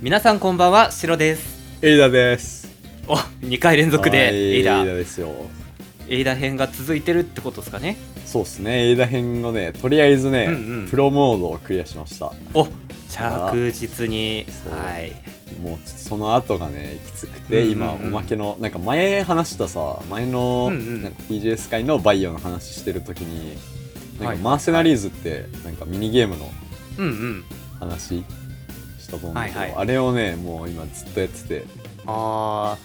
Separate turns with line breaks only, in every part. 皆さんこんばんはシロです
エイダです。
お2回連続で
はい
エイダ
エイダですよ。
エイダ編が続いてるってことですかね
そうですね。エイダ編のね、とりあえずね、
うんうん
プロモードをクリアしました。
お着実に
そう
はい
もうその後がね、きつくて、
うんうん
今、おまけの、なんか前話したさ、前の、
うんうん
なんか TJS 会のバイオの話してるときに、な
は
ん
い
かマーセナリーズって、なんかミニゲームの
うんうん
話したと思うんだけど、
はいはい
あれをね、もう今ずっとやってて、
あ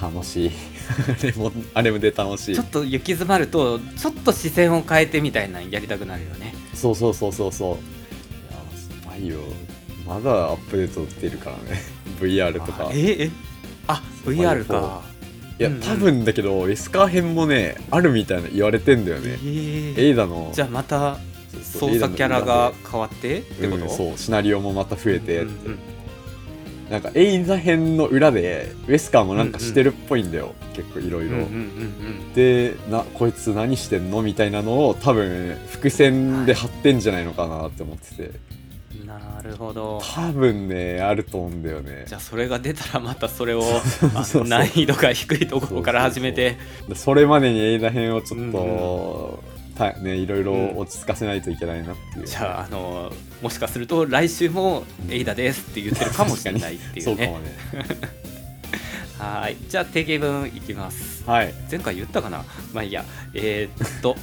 うん、楽しい。 あれも、あれもで楽し
ー
い
ちょ。っと行き詰まるとちょっと視線を変えてみたいなのやりたくなるよね
そうそうそうそうそう。いや、スパイオ、まだアップデート出るからね。VR と
あ
か。い
ええあ VR か
や、
うんうん
多分だけど、ウェスカー編もね、あるみたいな言われてんだよ
え
ね。
ー
エイダの、
じゃあまた
そうそう
操作キャラが変わってっ
エ
て
イダ
こ
の裏で
とう
うん、そう、シナリオもまた増えて、
んうん
なんかエイダ編の裏で、ウェスカーもなんかしてるっぽいんだよ。結構いろ
う
い
んうんうん
ろ。
うん
でなこいつ何してんのみたいなのを多分伏線で貼ってんじゃないのかなって思ってて
うんなるほど
多分ねあると思うんだよね
じゃあそれが出たらまたそれを
そう
あ
そう
の難易度が低いところから始めて
でそれまでに映画編をちょっ
うん
と、たね、いろい
うん
ろ落ち着かせないといけないなっていう。
じゃああのもしかすると来週も「エイダです」って言ってるかもしれないってい
そううか
ね
もね。
はいじゃあ定型文いきます
はい。
前回言ったかなまあいいやえーっと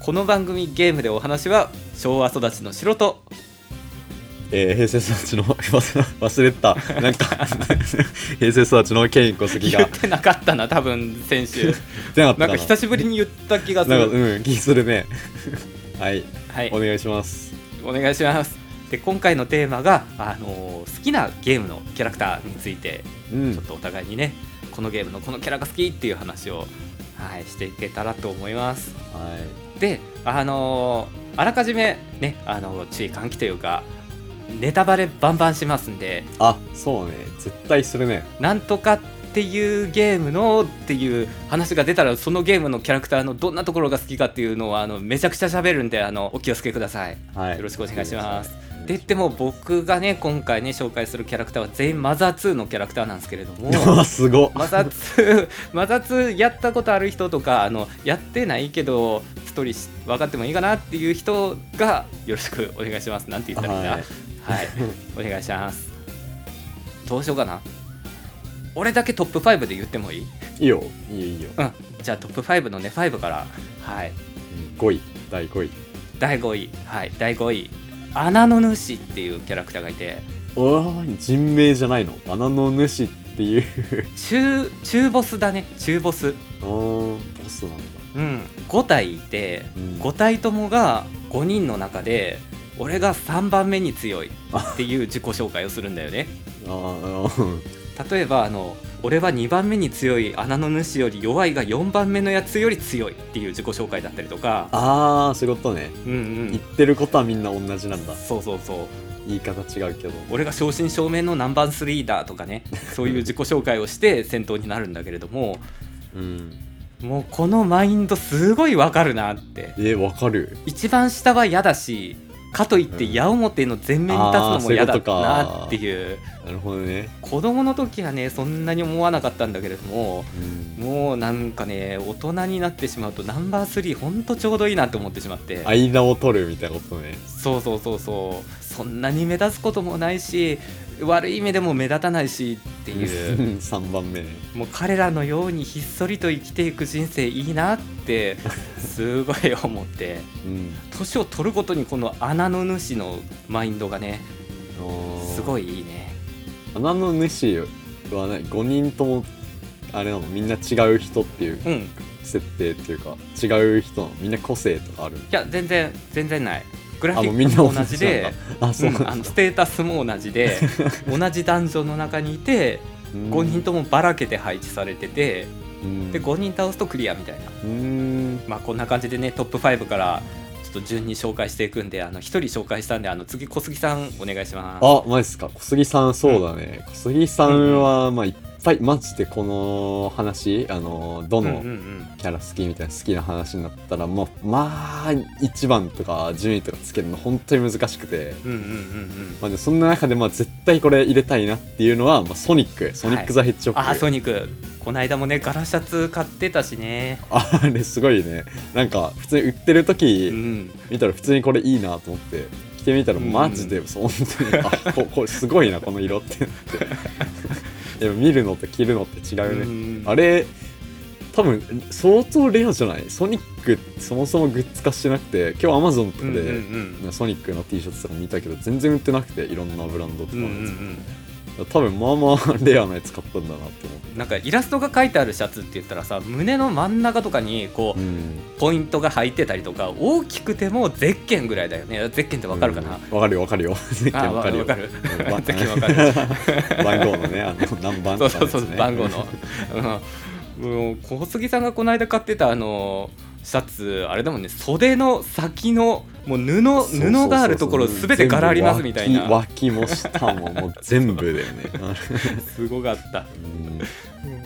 この番組ゲームでお話は昭和育ちの素人
えー、平成育ちの 忘れ忘れてた。なんか 平成育ちのケイン小杉が
言ってなかったな多分先 週
出なかった
なんか久
し
しぶりに言った気がす
なんか
る
うん気するね。 はい、
はい
お願いします。
お願いしますで今回のテーマが、あのー好きなゲームのキャラクターについて
う
ちょっ
ん。
とお互いにねこのゲームのこのキャラが好きっていう話を、はい、していけたらと思います
は
であのーあらかじめね、あのー注意喚起というかネタバレバンバンしますんで
い。あ、そうね。絶対するね。
なんとかっていうゲームのっていう話が出たらそのゲームのキャラクターのどんなところが好きかっていうのをあのめちゃくちゃ喋るんであのお気をつけください
はい。
よろしくお願いします
お願いします
で言っても僕がね今回ね紹介するキャラクターは全員マザー2のキャラクターなんですけれど も
うわすごっ。
摩擦摩擦やったことある人とかあのやってないけどストーリーし分かってもいいかなっていう人がよろしくお願いしますなんて言ったらいいんだ
は
はいい、お願いしますどうしようかな俺だけトップ5で言ってもいい
いいよ。いいよいいよ。
うんじゃあトップ5のね5からはい
5位第5位。
第5位はい第5位穴の主っていうキャラクターがいて
おー人名じゃないの穴の主っていう
中中ボスだね中ボス
あーボスなんだ
うん、5体いて、
うん
5体ともが5人の中で俺が3番目に強いっていう自己紹介をするんだよね
あーうん
例えばあの俺は2番目に強い穴の主より弱いが4番目のやつより強いっていう自己紹介だったりとか
あーそういうことね
うんう
言っ
ん
てることはみんな同じなんだ
そうそうそう
言い方違うけど
俺が正真正銘のナンバー3だとかねそういう自己紹介をして戦闘になるんだけれども
うん
もうこのマインドすごいわかるなって
えわかる
一番下は嫌だしかといって矢面の前面に立つのも嫌だなっていう,、
なるほどね
子供の時はねそんなに思わなかったんだけれども
うん
もうなんかね大人になってしまうとナンバー3ほんとちょうどいいなと思ってしまって
間を取るみたいなことね
そうそうそうそうそんなに目立つこともないし悪い目でも目立たないしっていう
3番目ね
もう彼らのようにひっそりと生きていく人生いいなって すごい思って。
うん
年を取るごとにこの穴の主のマインドがねす
い
ごいいいね
穴の主はね5人ともあれなのみんな違う人っていう
うんい
設定っていうか違う人なのみんな個性とかある
や全然全然ないグラフ
あ
ィ
もうみん
ッ
な
クも
同
同じ
じなん
で
だあそう
うん
なんだ
あのステータスも同じ で同じダンジョンの中にいて5人ともばらけて配置されててで5人倒すとクリアみたいな
うん
まあこんな感じでねトップ5からちょっと順に紹介していくんであの1人紹介したんであの次小杉さんお願いします
あマジっすか小杉さんそうだね、小杉さんはまあいっぱいマジでこの話あのど
うんう
の
ん
キャラ好きみたいな好きな話になったらもうまあ1番とか順位とかつけるの本当に難しくて、
うんうんうんうん
まあ、でもそんな中でまあ絶対これ入れたいなっていうのは、まあ、ソニックソニック・ザ・ヘッジホッグ、
あソニックこの間もねガラシャツ買ってたしね
あれすごいねなんか普通に売ってる
う
時
ん
見たら普通にこれいいなと思って着てみたら
うん
マジでそう本当にあここれすごいなこの色ってな ってでも見るのと着るのって違うね、あ
れ
れ多分相当レアじゃないソニックそもそもグッズ化してなくて今日アマゾンとか
うんうん
で、ソニックの T シャツとか見たけど全然売ってなくていろんなブランドと
う
か
んうんう
の
ん
やつ、多分まあまあレアなやつ買ったんだなって思って
うんなんかイラストが書いてあるシャツって言ったらさ胸の真ん中とかにこう、
うん
ポイントが入ってたりとか大きくてもゼッケンぐらいだよねゼッケンってわかるかな、
うんわかるよわかるよ絶
あ
対わかる
わ
よ
かる
うんわ
ゼッケンわか る
番号のねあの何番
そう
とか
そ
の
うそ
やつ
う、
ね
番号の、うん、もう小杉さんがこの間買ってたあのシャツあれだもんね袖の先のもう布
そうそうそうそう
布があるところすべて柄ありますみたい
全
な
部脇脇も下ももう全部だよね
すごか った、
うん
うん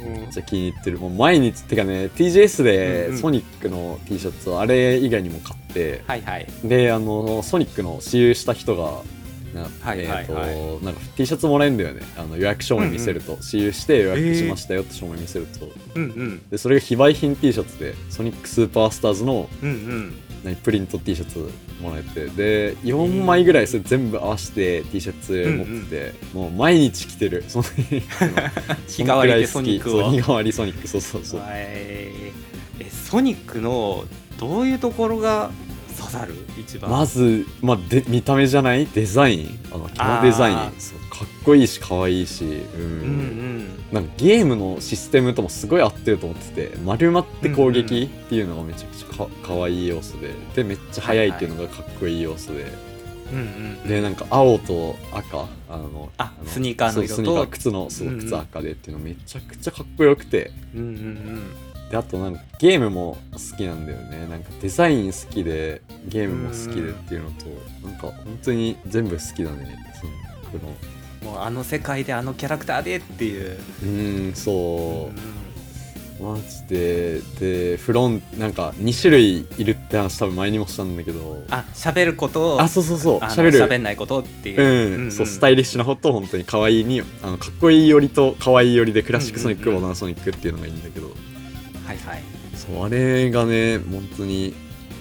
めっちゃ気に入ってるもう毎日ってかね TGS
うんう
で
ん
ソニックの T シャツをあれ以外にも買って
はいはい
であのソニックの私有した人がな
はいはい
えー
はい
となんか T シャツもらえるんだよねあの予約証明見せると、私有して予約しましたよって証明見せると、
うんうん
でそれが非売品 T シャツでソニックスーパースターズの
うんうん
何プリント T シャツもらえてで4枚ぐらいそれ全部合わせて T シャツ持ってて、もう毎日着てるその
日
日
替わりでソニック
そ
を
う日替わりソニックそうそうそう
はいえソニックのどういうところが刺さる一番、
まず、まあ、で見た目じゃないデザインあのキャラデザイン
あー
そうかっこいいし可愛いしうん、
うんうん
なんかゲームのシステムともすごい合ってると思ってて丸まって攻
うん
撃っていうのがめちゃくちゃか可愛い要素ででめっちゃ速いっていうのがかっこいい要素で、
うんうん
でなんか青と赤あの
あ
の
スニーカーの色と
そうスニーカー靴のそう
うんうん
靴赤でっていうのめちゃくちゃかっこよくて、
うんうんうん
であとなんかゲームも好きなんだよねなんかデザイン好きでゲームも好きでっていうのと、なんか本当に全部好きだねそのこの
もうあの世界であのキャラクターでっていう、
うーんそ
うん
う、マジででフロンなんか2種類いるって話多分前にもしたんだけど
あ喋ることを
あそうそうそう
あの
喋る
喋んないことっていうう,、
ん、そうスタイリッシュな方と本当に可愛いにあのかっこいい寄りと可愛い寄りでクラシックソニック、
うんうんうん
モダンソニックっていうのがいいんだけど
はいはい、
そうあれがね本当に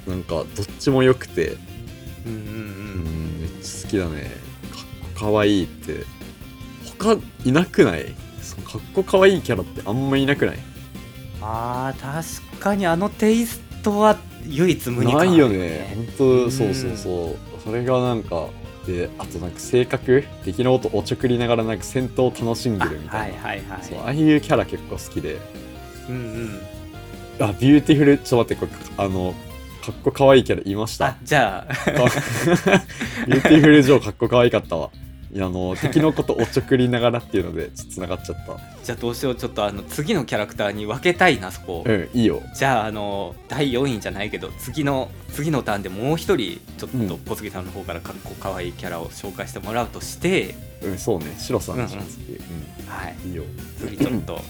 なんかどっちも良くて、
うんうん
う
うん、
ん、めっちゃ好きだねかっこ可愛いって他いなくないそうかっこ可愛いキャラってあんまいなくない
あー確かにあのテイストは唯一無二
な
感あ
い
る
よね本当、
うん
そうそうそうそれがなんかであとなんか性格敵のことおちょくりながらなんか戦闘を楽しん
あ
でるみた
はいい
な、
はいは
そうああ
い
いうキャラ結構好きで
うんうん
あ、ビューティフル、ちょっと待って、これ、あの、かっこかわいいキャラいました
あ。じゃあ
ビューティフルジョーかっこかわいかったわ。いや、あの、敵のことおちょくりながらっていうので、つながっちゃった。
じゃあどうしようちょっとあの次のキャラクターに分けたいなそこ、
うん、いいよ。
じゃああの第4位じゃないけど次の次のターンでもう一人ちょ
う
っと
ん
小杉さんの方からかっこかわいいキャラを紹介してもらうとして、
うん、そうね。シロさん
うんうん
シロさんう
はい
ん、いいよ。
次ちょっと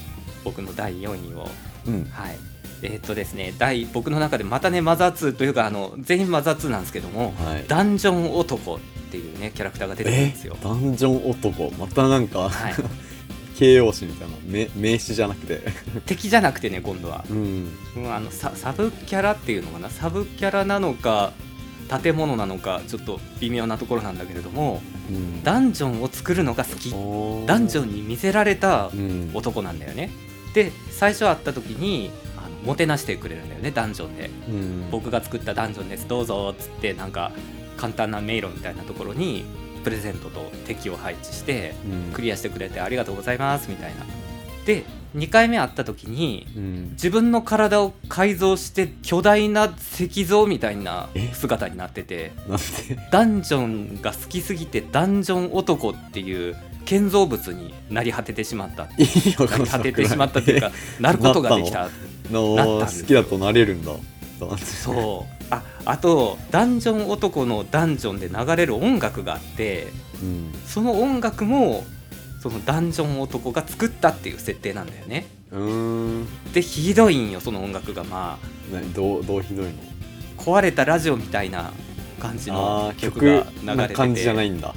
僕の第4位を
うん。
はい。えーっとですね、第僕の中でまたねマザー2というかあの全員マザー2なんですけども、
はい。
ダンジョン男っていうねキャラクターが出てくるん
え
ですよ。
ダンジョン男。またなんか、
はい。
形容詞みたいな。め名詞じゃなくて。
敵じゃなくてね今度は、
うん。
うん、あのササブキャラっていうのかなサブキャラなのか建物なのかちょっと微妙なところなんだけれども
うん
ダンジョンを作るのが好きダンジョンに見せられた
ン
男なんだよね。で最初会った時にあのもてなしてくれるんだよねダンジョンで。
うん。うん。
僕が作ったダンジョンですどうぞっつってなんか簡単な迷路みたいなところにプレゼントと敵を配置して
うん
クリアしてくれてありがとうございますみたいなで2回目会った時に
うん。
自分の体を改造して巨大な石像みたいな
え
姿になってて
なんで
ダンジョンが好きすぎてダンジョン男っていう建造物になり果ててしまった
意味わか
なんり
なくな
果て
い
てしまったっていう かなることができた
の
なったんですよ
好きだとなれるんだ。う。
そうああとダンジョン男のダンジョンで流れる音楽があって
うん。
その音楽もそのダンジョン男が作ったっていう設定なんだよね
うーん
でひどいんよその音楽がまあ
何どうどうひどいの
壊れたラジオみたいな感じの
あー
曲が
曲
流れ
な
てて
感じじゃな
う
いんだ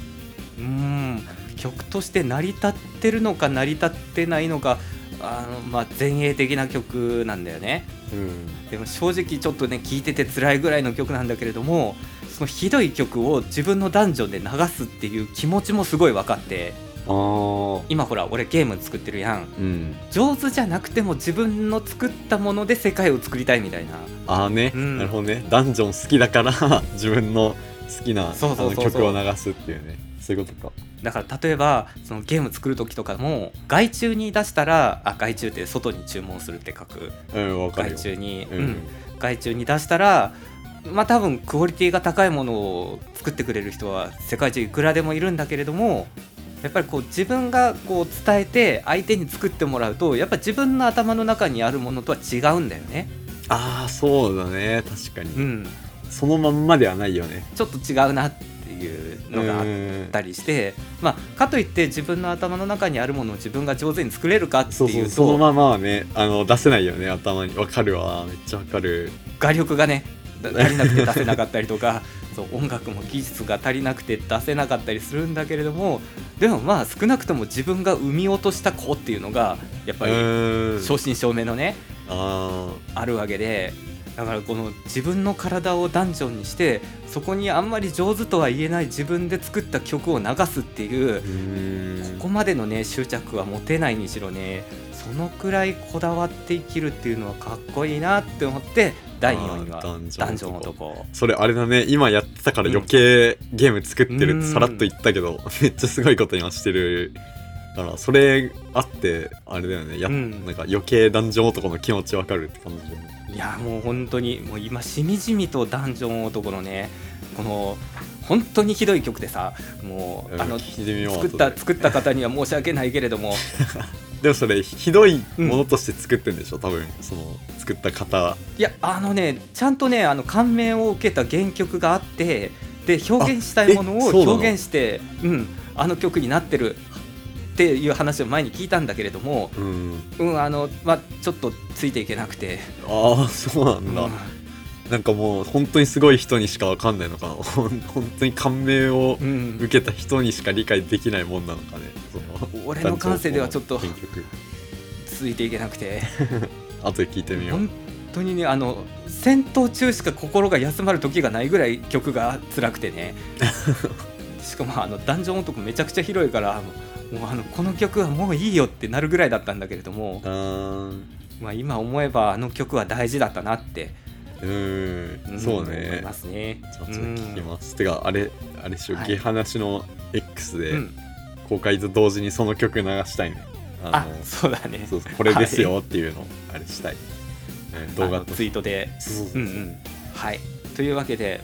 ーん曲として成り立ってるのか成り立ってないのかあの、まあ、前衛的な曲なんだよね
うん
でも正直ちょっとね聴いてて辛いぐらいの曲なんだけれどもそのひどい曲を自分のダンジョンで流すっていう気持ちもすごい分かって
ああ
今ほら俺ゲーム作ってるやん
うん
上手じゃなくても自分の作ったもので世界を作りたいみたいな
ああね、
うん
なるほどねダンジョン好きだから 自分の好きなあ
そうそう
の
そうそう
曲を流すっていうねそういうことか
だから例えばそのゲーム作る時とかも外注に出したらあ外注って外に注文するって書く
うんわかる
外
よ
注に、
う
うんん外注に出したらまあ多分クオリティが高いものを作ってくれる人は世界中いくらでもいるんだけれどもやっぱりこう自分がこう伝えて相手に作ってもらうとやっぱ自分の頭の中にあるものとは違うんだよね、
ああそうだね確かに、
うん、
そのまんまではないよね
ちょっと違うなっていうのがあっ
うん
たりして、まあ、かといって自分の頭の中にあるものを自分が上手に作れるかって
そう
い
そうう
と
そのままはねあの出せないよね頭にわかるわめっちゃわかる
画力 がねだ足りなくて出せなかったりとかそう音楽も技術が足りなくて出せなかったりするんだけれどもでもまあ少なくとも自分が生み落とした子っていうのがやっぱ
う
り
ーん
正真正銘のね
あ
あるわけでだからこの自分の体をダンジョンにしてそこにあんまり上手とは言えない自分で作った曲を流すっていう
ーうーん
ここまでのね執着は持てないにしろねそのくらいこだわって生きるっていうのはかっこいいなって思って第4位は
あーダンジョン男
ダンジョン男
それあれだね今やってたから余計ゲーム作ってる
うん
ってさらっと言ったけど、 めっちゃすごいこと今してるからそれあってあれだよねや、
うん
なんか余計男女男の気持ちわかるって感じだよね
いやもう本当にもう今しみじみとダンジョン男のねこの本当にひどい曲でさもうあ
う
の
ん聞いてみよう
作っ
後
た
で
作った方には申し訳ないけれども
でもそれひどいものとして作ってんでしょ、多分その作った方
いやあのねちゃんとねあの感銘を受けた原曲があってで表現したいもの
あえ
を
そうなの
表現してうんあの曲になってるっていう話を前に聞いたんだけれども
うん
うんあのまあちょっとついていけなくて、
ああそうなんだ、
うん
なんかもう本当にすごい人にしかわかんないのかな ほん本当に感銘を
うん
受けた人にしか理解できないもんなのかねその
俺の感性ではちょっと
原曲
ついていけなくて。
後で聞いてみよう
本当にねあの戦闘中しか心が休まる時がないぐらい曲が辛くて ねしかもあのダンジョン男めちゃくちゃ広いからもうもうあのこの曲はもういいよってなるぐらいだったんだけれども
あ、ー
まあ、今思えばあの曲は大事だったなって、
うー
ん
んそう
思い
ね
ますね
ちょっと聞きます、てかあれあれっしょ、
はい
ゲハナシの X
うんう
で
ん
公開と同時にその曲流したいね、あ
あ
の
そうだね
そうそうこれですよっていうのをあれしたい、うん動
あ
画
の
と
ツイートで
そうそう
う
そ
ん
う
う、んはいというわけで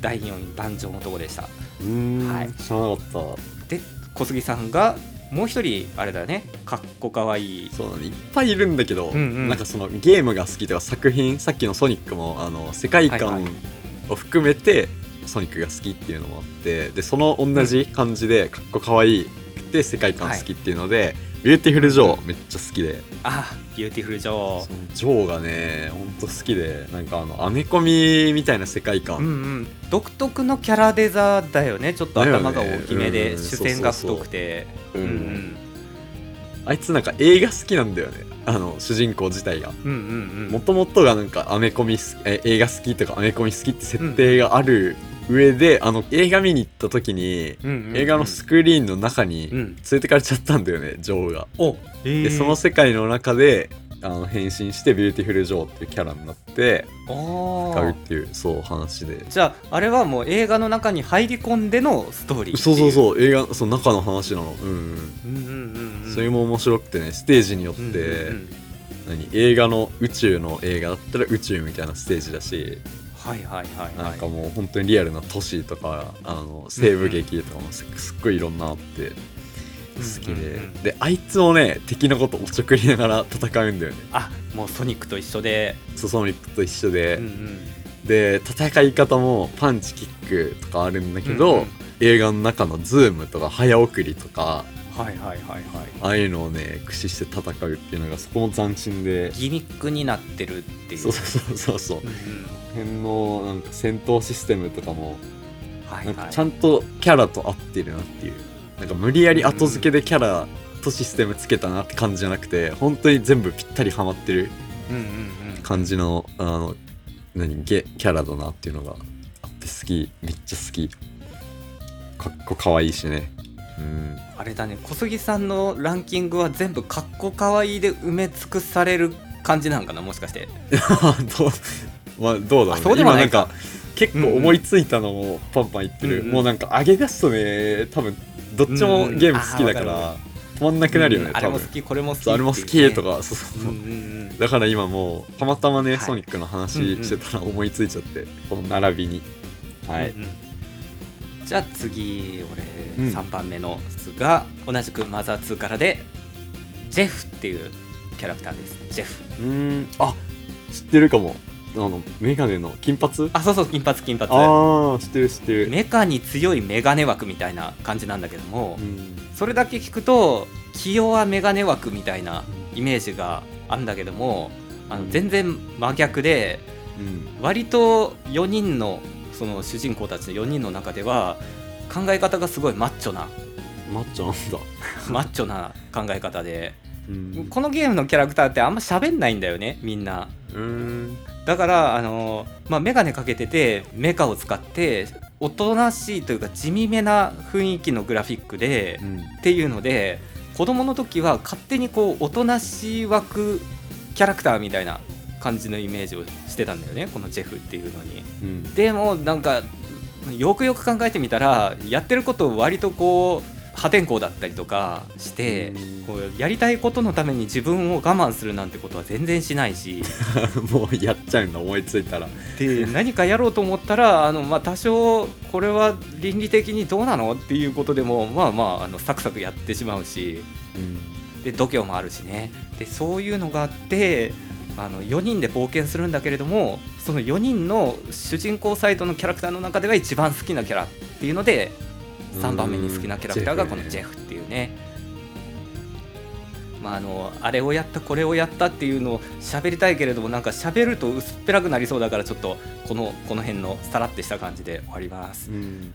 第4位ダンジョン男でした
うーん
はい
知らなかっ
で小杉さんがもう一人あれだよねかっこかわいい
たそうだねいっぱいいるんだけど、
うんうん
なんかそのゲームが好きとか作品さっきの「ソニックも」あの世界
はい
観
はい
を含めてソニックが好きっていうのもあってでその同じ感じでかっこかわいくて世界観好きっていうので、ビューティフルジョーめっちゃ好きで
あビューティフルジョ
そ
ー
のジョーがねほんと好きでなんかあのアメコミみたいな世界
うん
観、
うん独特のキャラデザだよねちょっと
だよね
頭が大きめで、
うん
主戦が太くて
う
うんんうん
あいつなんか映画好きなんだよねあの主人公自体が
うんうんう
も
ん
ともとがなんかアメコミ好きえ映画好きとかアメコミ好きって設定がある上で、あの映画見に行った時に、
うんうんうん
映画のスクリーンの中に
う
連
ん
れてかれちゃったんだよねジョーが。
おえ
でその世界の中であの変身してビューティフルジョーっていうキャラになって
あ
買うっ
ー
ていうそう話で。
じゃああれはもう映画の中に入り込んでのストーリー
そうそう
う
そう映画その中の話なのうんうん、
うんうんうん
それも面白くてねステージによって、
うんうんうん
何映画の宇宙の映画だったら宇宙みたいなステージだし
はいはいはいはい
なんかもう本当にリアルな都市とかあの西部劇とかもすすっごいいろんなあって好き
うん
で
うんうん
であいつもね敵のことおちょくりながら戦うんだよね
あもうソニックと一緒で
ソソミックと一緒で
うんうん
で戦い方もパンチキックとかあるんだけど、
うんうん
映画の中のズームとか早送りとか
はいはいはいはい
ああいうのをね駆使して戦うっていうのがそこも斬新で
ギミックになってるっていう
そうそうそうそう
うん
辺のなんか戦闘システムとかも
うんはい
なん
は
か
い
ちゃんとキャラと合ってるなっていうなんか無理やり後付けでキャラとシステムつけたなって感じじゃなくて本当に全部ぴったりハマってる
うんうんうん
感じのあの何ゲキャラだなっていうのがあって好きめっちゃ好きかっこかわいいしねうん
あれだね小杉さんのランキングは全部かっこかわいいで埋め尽くされる感じなんかなもしかして
どうまあどうだろう、ね、
あそうでもないか
今んか結構思いついたのもパンパン言ってる、
うんうん
もうなんか上げ出すとね多分どっちもゲーム好
う
きだか
んうんあーわ
ら止まんなくなるよね、
うんあれ
多
も
分
好きこれも好きって
そう
いう
あれも好きと
ね
かそう
うん
そうそううん
うん
だから今もうたまたまね、
はい
ソニックの話してたら思いついちゃって、この並びにはい、
うんうんじゃあ次
う
俺
ん
3番目のすが、同じくマザー2からでジェフっていうキャラクターですジェフ
うーんあ知ってるかもあのメガネの金髪
あそうそう金髪金髪
ああ知ってる知ってる、
メカに強いメガネ枠みたいな感じなんだけども、
うん
それだけ聞くと器用はメガネ枠みたいなイメージがあるんだけどもあの全然真逆で
うん
割と4人のその主人公たちの4人の中では考え方がすごいマッチョ な
マッチョなんだ、
マッチョな考え方で
うん
このゲームのキャラクターってあんま喋んないんだよねみんな
うーん
だからあの、まあ、眼鏡かけててメカを使っておとなしいというか地味めな雰囲気のグラフィックで、
うん
っていうので子供の時は勝手にこうおとなしい枠キャラクターみたいな感じのイメージをしてたんだよねこのジェフっていうのに。
うん
でもなんかよくよく考えてみたらやってること割とこう破天荒だったりとかして
うん
こうやりたいことのために自分を我慢するなんてことは全然しないし
もうやっちゃうんだ思いついたら
で何かやろうと思ったらあの、まあ、多少これは倫理的にどうなのっていうことでもまあまああのサクサクやってしまうし
うん
で度胸もあるしねでそういうのがあってあの4人で冒険するんだけれどもその4人の主人公サイトのキャラクターの中では一番好きなキャラっていうので3番目に好きなキャラクターがこのジェ
フ
フっていうね。まあ、あのあれをやったこれをやったっていうのを喋りたいけれどもなんか喋ると薄っぺらくなりそうだからちょっとこのこの辺のさらってした感じで終わります
うん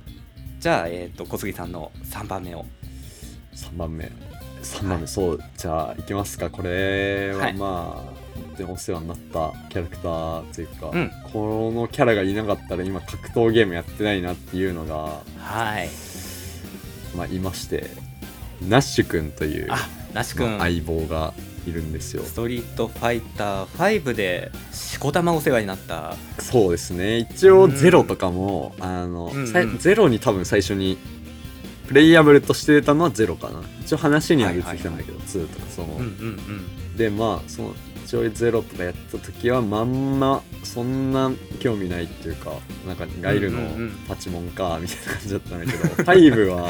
じゃあ、えー、と小杉さんの3番目を
3番目3番目、そうじゃあいきますかこれ
は
はいまあ、本当にお世話になったキャラクターというか、
うん
このキャラがいなかったら今格闘ゲームやってないなっていうのが、
はい
まあ、いましてナッシュ君という、
あなし
ま
君
あ相棒がいるんですよ
ストリートファイター5でしこたまお世話になった
そうですね一応ゼロとかも、あの、
うん
さい
うん
ゼロに多分最初にプレイヤブルとしてたのはゼロかな一応話には出てきたんだけど、2とかその、
うんうん
でまあその一応ゼロとかやった時はまんまそんな興味ないっていうかなんかガイルの
うんうんうん
パチモンかみたいな感じだったん だけど、ファイブは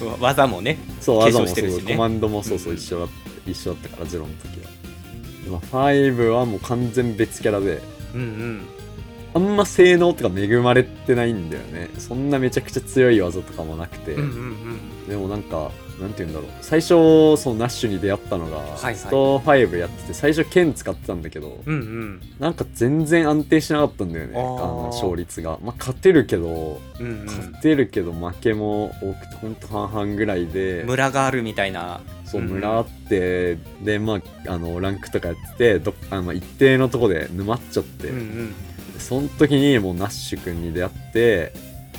うんわ技もね
そう技も
継承し
そ
てるし
う、
ね
コマンドもそうそ
うん
う
うん
一緒だった一緒だったからゼロの時は、まあ、ファイブはもう完全別キャラで
うんうん
あんま性能とか恵まれてないんだよねそんなめちゃくちゃ強い技とかもなくて、
うんうん
でもなんかなんて言うんだろう最初そのナッシュに出会ったのが、
いはい
スト5やってて最初剣使ってたんだけど、
うんうんうん
なんか全然安定しなかったんだよね
あ
あ
ー
の勝率が、まあ、勝てるけど
うん
勝てるけど負けも多くてほんと半々ぐらい
うん
で
村があるみたいな
そう
うん
村あって、でまああのランクとかやっててどあの一定のとこで沼っちゃって、
うんうん
その時にもうナッシュ君に出会って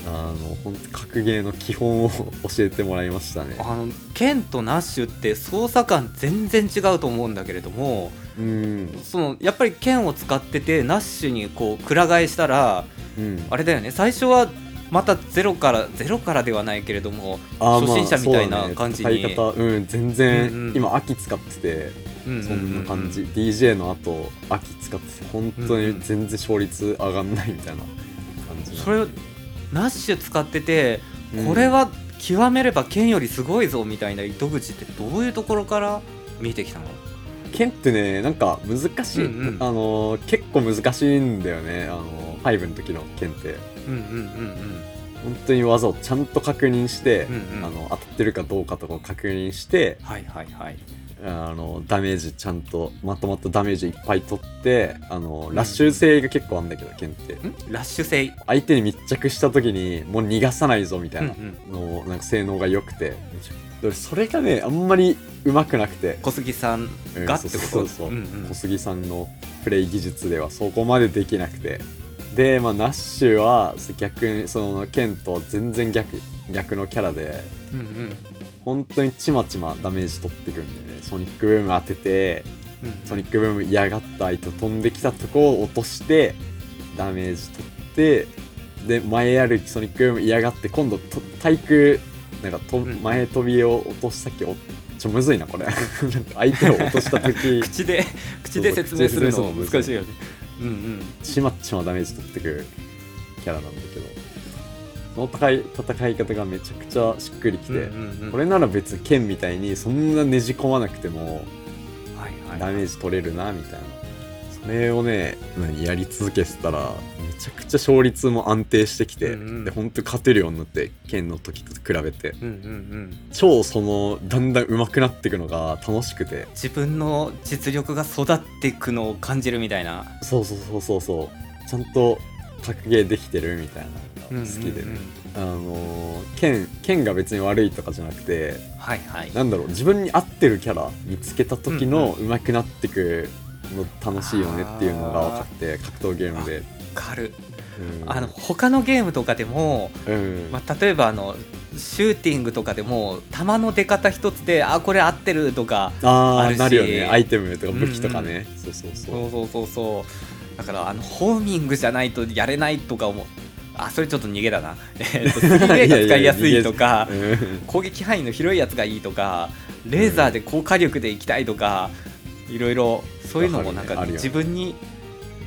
あの本当格ゲーの基本を 教えてもらいましたね。
あのケンとナッシュって操作感全然違うと思うんだけれども
うん、
そのやっぱり剣を使っててナッシュにこうくら替えしたら
うん、
あれだよね最初はまたゼロからゼロからではないけれども
あー
初心者みたい
まあ
な感じ
そうだ
に
ね、戦い方うん全然、
うんうん
今秋使ってて
うううう
そんな感じ、DJ の後秋使ってて本当
うんう
に
ん
全然勝率上がんないみたいな感じ
それナッシュ使ってて
うん
これは極めれば剣よりすごいぞみたいな糸口ってどういうところから見えてきたの
剣ってねなんか難しい、
うんうん
あのー結構難しいんだよねあのー5の時の剣って
うんうんうん
本当に技をちゃんと確認して、
うんうん
あの当たってるかどうかとかを確認して
はいはいはい
あのダメージちゃんとまとまったダメージいっぱい取ってあのラッシュ性が結構あるんだけど剣って
んラッシュ性
相手に密着した時にもう逃がさないぞみた
うん
いうなんの、なんか性能が良くてでそれがねあんまり上手くなくて
小杉さん
うん
がってこと
そうそうそう、
うんうん
小杉さんのプレイ技術ではそこまでできなくてでまあナッシュは逆にその剣と全然逆逆のキャラで
うんうんうん
本当にちまちまダメージ取ってくんでねソニックブーム当ててソニックブーム嫌がった相手飛んできたとこを落としてダメージ取ってで前歩きソニックブーム嫌がって今度と対空なんかと
うん
前飛びを落としたっけおちょむずいなこれ なんか相手を落とした時
口 で口で説明するの
口で説明するの
難しいよねうんうん
ちまっちまダメージ取ってくキャラなんだけどその戦い戦い方がめちゃくちゃしっくりきて、
うんうん
これなら別に剣みたいにそんなねじ込まなくても
はいはい
ダメージ取れるなみたいなそれをね何やり続けてたらめちゃくちゃ勝率も安定してきて、
うんうん
でほんと勝てるようになって剣の時と比べて
うんうんうん
超そのだんだん上手くなっていくのが楽しくて
自分の実力が育っていくのを感じるみたいな
そうそうそうそうそうちゃんと格ゲーできてるみたいなのが好きでね、
うんうんうん
あのー剣剣が別に悪いとかじゃなくて
はいはい
なんだろう自分に合ってるキャラ見つけた時の上手くなってくの楽しいよねっていうのが分かって格闘ゲームで、
カル
うん
あの他のゲームとかでも、
うん
まあ、例えばあのシューティングとかでも弾の出方一つであこれ合ってるとか
あ
あ
あ
るし
なるよねアイテムとか武器とかね、そうそうそう
そうそうそうそうだからあのホーミングじゃないとやれないとか思うあそれちょっと逃げだなえっと 3A が使いやすいとか
うん
攻撃範囲の広いやつがいいとかレーザーで高火力でいきたいとか、いろいろそういうのもなんか
わかるねあるよね
自分に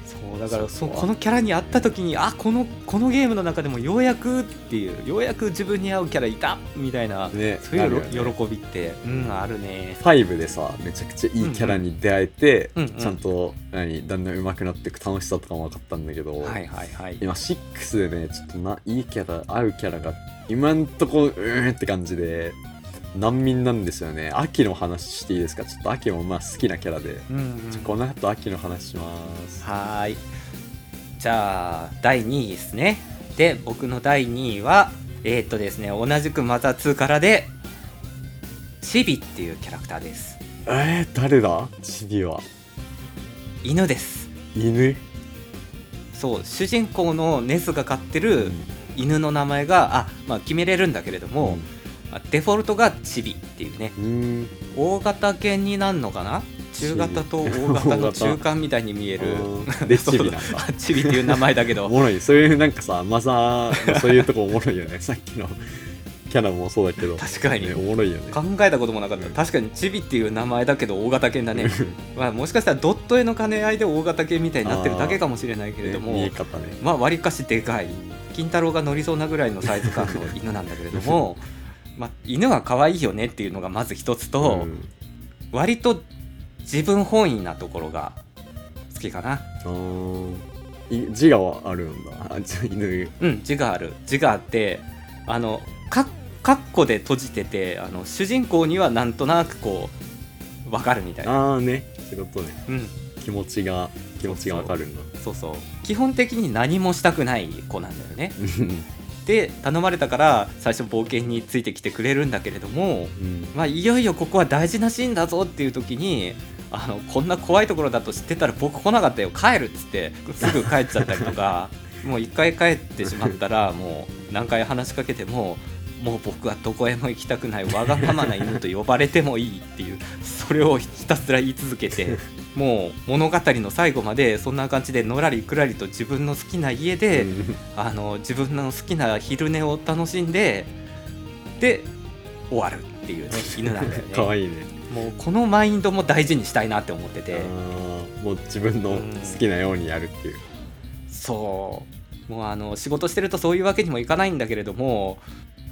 そうだからそ
そうう
このキャラに会った時にあこのこのゲームの中でもようやくっていうようやく自分に合うキャラいたみたいな、
ね
そういう
なるよね
喜びって、うん、あるね。
5でさめちゃくちゃいいキャラに出会えて、
うんうん
ちゃんと何だんだん上手くなってく楽しさとかも分かったんだけど、
はいはいはい、
今6でねちょっとないいキャラ合うキャラが今んとこうーんって感じで難民なんですよね秋の話していいですかちょっと秋もまあ好きなキャラで、
うんうん
この後秋の話します
はーいじゃあ第2位ですねで僕の第2位はえーっとですね同じくまた2からでチビっていうキャラクターです
えー、誰だチビは
犬です
犬
そう主人公のネスが飼ってる犬の名前があ、まあ、決めれるんだけれども、まあデフォルトがチビっていうね
うんうん
大型犬になるのかな中型と大型の中間みたいに見える
うんでチビなんだ
そうあチビっていう名前だけ
お
ど
もろいそういうなんかさマザーのそういうとこおもろいよね さっきのキャラもそうだけど
確かに
ね、おもろいよね
考えたこともなかっ
う
た
ん
確かにチビっていう名前だけど大型犬だね、まあ、もしかしたらドット絵の兼ね合いで大型犬みたいになってるだけかもしれないけれ
ね
ども、
見え方ね
まあわりかしでかい金太郎が乗りそうなぐらいのサイズ感の犬なんだけれど もまあ犬は可愛いよねっていうのがまず一つと、
ん
割と自分本位なところが好きかな
あーい字があるんだあじゃあ犬
うん字がある字があってあのかカッコで閉じててあの主人公にはなんとなくこう分かるみたいな、
ああねそういうことね
うん、
気持ちが気持ちがわかるんだ
そうそう基本的に何もしたくない子なんだよね
うん
で頼まれたから最初冒険についてきてくれるんだけれども
うん
まあ、いよいよここは大事なシーンだぞっていう時にあのこんな怖いところだと知ってたら僕来なかったよ帰るっつってすぐ帰っちゃったりとか もう一回帰ってしまったらもう何回話しかけてももう僕はどこへも行きたくないわがままな犬と呼ばれてもいいっていうそれをひたすら言い続け てもう物語の最後までそんな感じでのらりくらりと自分の好きな家で、
うん
あの自分の好きな昼寝を楽しんでで終わるって いうね犬なんだよ
か
ね
わいいね
もうこのマインドも大事にしたいなって思って
あ
て
ーもう自分の好きなようにやるっていう
そうもうあの仕事してるとそういうわけにもいかないんだけれども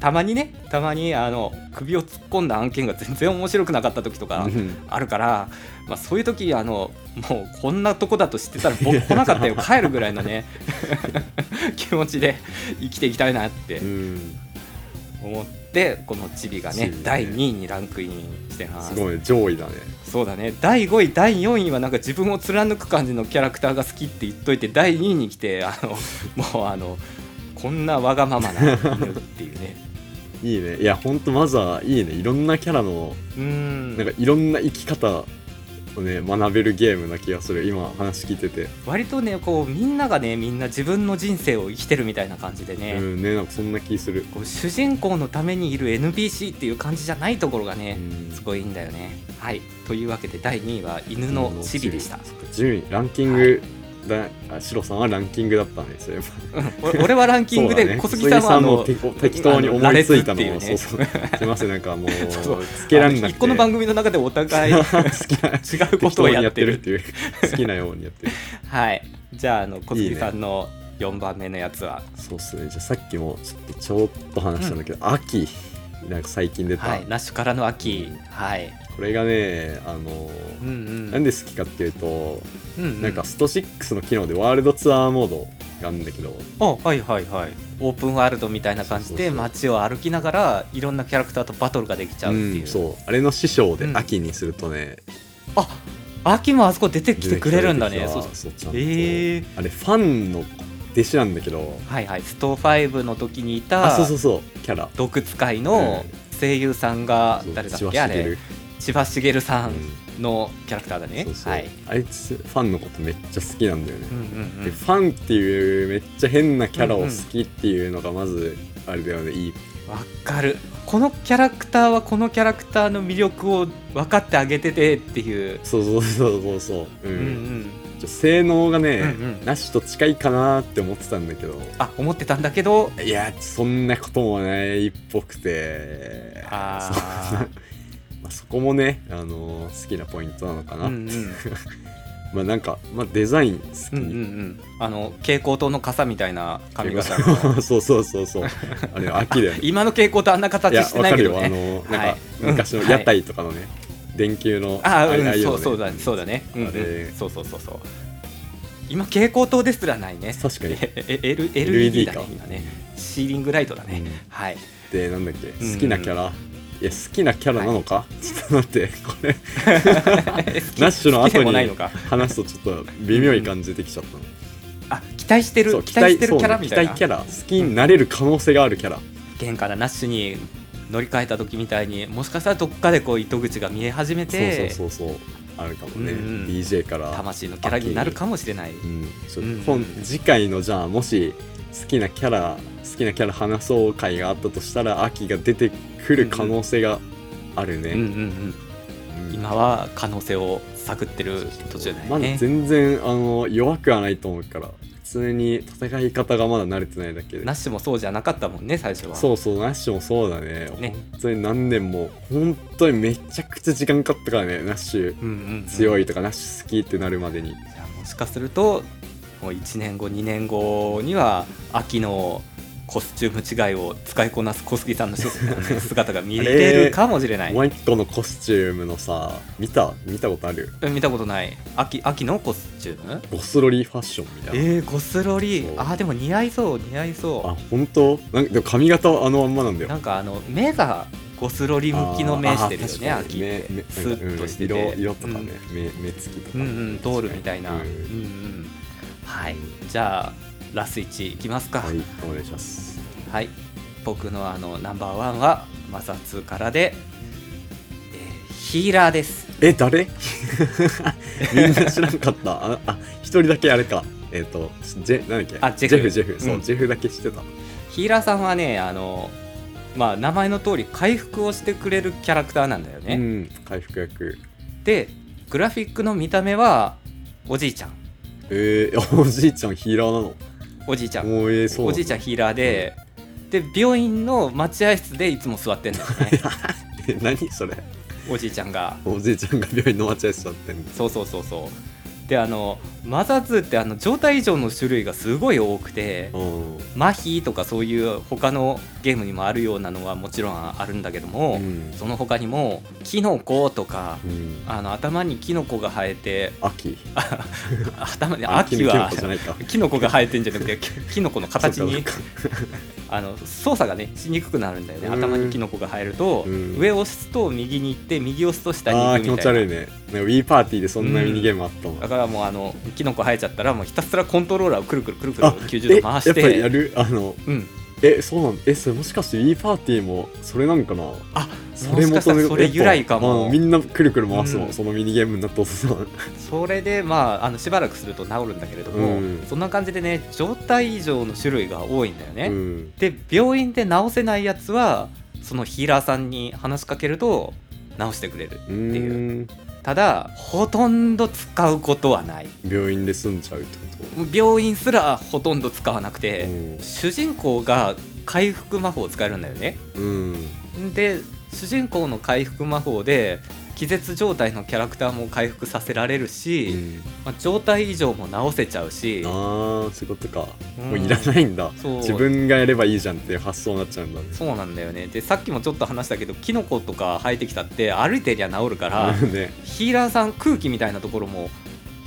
たまにねたまにあの首を突っ込んだ案件が全然面白くなかった時とか
うん
あるから、まあ、そういう時あのもうこんなとこだと知ってたら僕来なかったよ帰るぐらいのね 気持ちで生きていきたいなって
うん
思ってこのチビが
チビ
ね
ね
第2位にランクインしてます
すごいね上位だね
そうだね第5位第4位はなんか自分を貫く感じのキャラクターが好きって言っといて第2位に来てあの もうあのこんなわがままな犬っていうね
いいねいやほんとまずはいいねいろんなキャラの
うーん
なんかいろんな生き方をね学べるゲームな気がする今話聞いてて、
割とねこうみんながねみんな自分の人生を生きてるみたいな感じでね、
うんねなんかそんな気する、
こう主人公のためにいる NPC っていう感じじゃないところが
う
ね、
ん
すごいいいんだよね。はいというわけで第2位は犬のチビでした。
そっか順位ランキングだ、あシロさんはランキングだったねそういえば
お俺はランキング
そうだ
で
ね
小杉さんはあの
小杉さんも適適当に思いついたの
あの羅列
を
ってい
そ
ううね
そうすいませんなんかもう
そうそう
つけらんなくて
一個の番組の中でお 互い違
好きな
うことをやってる
適当にやってるっていう好きなようにやってる
はいじゃああの小杉さんの4番目のやつは
そうっすねじゃあさっきもちょっとちょっと話したんだけど、秋なんか最近出た、
はい、ナッシュからの秋はい、
これがねあの
うんうん、
なんで好きかっていうと、
うんうん
なんかスト6の機能でワールドツアーモードがあるんだけど
あはいはいはいオープンワールドみたいな感じ
そうそう
で
そう
街を歩きながらいろんなキャラクターとバトルができちゃうっていう,、
んそうあれの師匠で
うん
秋にするとね、
あ秋もあそこ出てきてくれるんだ
出
ね
てき
そ
た
う
そうちゃんと
へえ
あれファンの弟子なんだけど
はいはいスト5の時にい
あ
た
そうそうそうキャラ
毒使いの声優さんが誰だっけあれ千葉茂さんのキャラクターだね
そうそう、
はい
あいつファンのことめっちゃ好きなんだよね
う、んうんう
で
ん
ファンっていうめっちゃ変なキャラを好きっていうのがまずあれだよねいい
わかるこのキャラクターはこのキャラクターの魅力を分かってあげててっていう
そうそうそうそうそううん、
うんうん
ちょ性能がね、
うんうん
なしと近いかなって思ってたんだけど
あ思ってたんだけど
いやそんなこともないっぽくてそんな
あ
まあそこもね、あのー好きなポイントなのか
あ
な、
うんうん
まあなんか、まあ、デザイン好き、
うんうんうんあの蛍光灯の傘みたいな髪型の
そうそうそうそうあれ秋だよね
今の蛍光灯あんな形
いや
して
わ
ない
か
け
る
ど
よ、あ
ね
のー
は
なん
い
か昔の
うんは
屋
い
台とかのね、電球の
ああ
れ
うん
れよ
そうそうだそうだねうん
あ
うん
れ
そうそうそうそう今蛍光灯ですらないね
確かに
ええ L-
LED
LED だ
か
ね今ねシーリングライトだね、
うん
はい
でなんだっけ
ん
好きなキャラ、いや好きなキャラなのか、ちょっと待ってこれ ナッシュの
好きで
後
もない
に
のか
話すとちょっと微妙に感じてきちゃったの、
あ期待して
そ
る
う
期待してるキャラ
そうね
みたいな
期待キャラ好きになれる可能性があるキャラ、
玄関からナッシュに乗り換えた時みたいにもしかしたらどっかでこう糸口が見え始めて
そうそうそうそうあるかもね、
うんうん
DJ から
魂のキャラになるかもしれない
うんちょ
うんうん
今次回のじゃあもし好きなキャラ好きなキャラ話そう会があったとしたら秋が出てくる可能性があるね、
うんうんうん
うん
今は可能性を探ってる途中だよ
まだ
ね、
全然あの弱くはないと思うから普通に戦い方がまだ慣れてないだけで
ナッシュもそうじゃなかったもんね最初は
そうそうナッシュもそうだね
ね
本当に何年も本当にめちゃくちゃ時間かかったからねナッシュ
うんうんうん
強いとか、ナッシュ好きってなるまでに
じゃあもしかするともう1年後2年後には秋のコスチューム違いを使いこなす小杉さんのしあの 姿が見れるかもしれない
もう一個のコスチュームのさ見た見たことある
え見たことない秋秋のコスチューム
ゴスロリファッションみたいな
えー、ゴスロリ
そう
あーでも似合いそう似合い
あ
そ
本当なんかでも髪型はあのまんまなんだ
う
よ
なんかあの目がゴスロリ向きの目してるよね
あー
秋って
確かに目目
スッとしてて
うん色色とかね、目目つきとか
うん、うんうんドールみたいな、うん
う
うんん、はいじゃあラス1いきますか
はいお願いします
はい、僕のあのナンバーワンはマザツーからで、えーヒーラーです。
え誰 みんな知らんかったああ一人だけあれかえっ、とジェなんだっけ
あジェフ
ジェフジェフそう、
うん
ジェフだけ知ってた
ヒーラーさんはね、あのまあ名前の通り回復をしてくれるキャラクターなんだよ
う
ね。
ん回復役
で、グラフィックの見た目はおじいちゃん、
えー、 おじいちゃんヒーラーなの
おじいちゃん、
もうえー、そう
おじいちゃんヒーラーで、で病院の待合室でいつも座ってんだよ ね。
え何それ
おじいちゃんが、
おじいちゃんが病院の待合室だってんの
そうそうそうそう。であのマザー2ってあの状態異常の種類がすごい多くて
うん
麻痺とかそういう他のゲームにもあるようなのはもちろんあるんだけども、
うん
その他にもキノコとか
うん
あの頭にキノコが生えて
秋
頭に
あ
秋は
キノコじゃないか
キノコが生えてんじゃ なくてキキノコの形に
そうか
あの操作がねしにくくなるんだよね
うん
頭にキノコが生えると
うん
上を押すと右に行って右を押すと下に
あ
行
あ
く
気持
み
ち
たい
悪
ない
ねね Wii パーティーでそんな
うん
ミニゲームあったもん、
だからもうあのキノコ生えちゃったらもうひたすらコントローラーをくるくるくるくる
あ
90度回し
えやっぱりや
て
るあの
うん
えそうなんえそれもしかして Wii パーティーもそれなんかな
あ
そ
も
れ
し
も
かしたらそれ由来かも
みんなくるくる回すもん、
うん
そのミニゲームになったお父さん
それでまああのしばらくすると治るんだけれども
うん
そんな感じでね状態異常の種類が多いんだよね
うん
で病院で治せないやつはそのヒーラーさんに話しかけると治してくれる
う
っていう
ーん
ただほとんど使うことはない
病院で済んじゃうってこ
病院すらほとんど使わなく
と
て、主人公が回復魔法を使えるんだよね
うん、
で主人公の回復魔法で気絶状態のキャラクターも回復させられる
う
し、
ん、
まあ、状態異常も治せちゃうし
ああそういうことか、
うん
もういらないんだ
そう
自分がやればいいじゃんっていう発想になっちゃうんだね
そうなんだよねでさっきもちょっと話したけどキノコとか生えてきたって歩いてりゃ治る から
ね
ヒーラーさん空気みたいなところも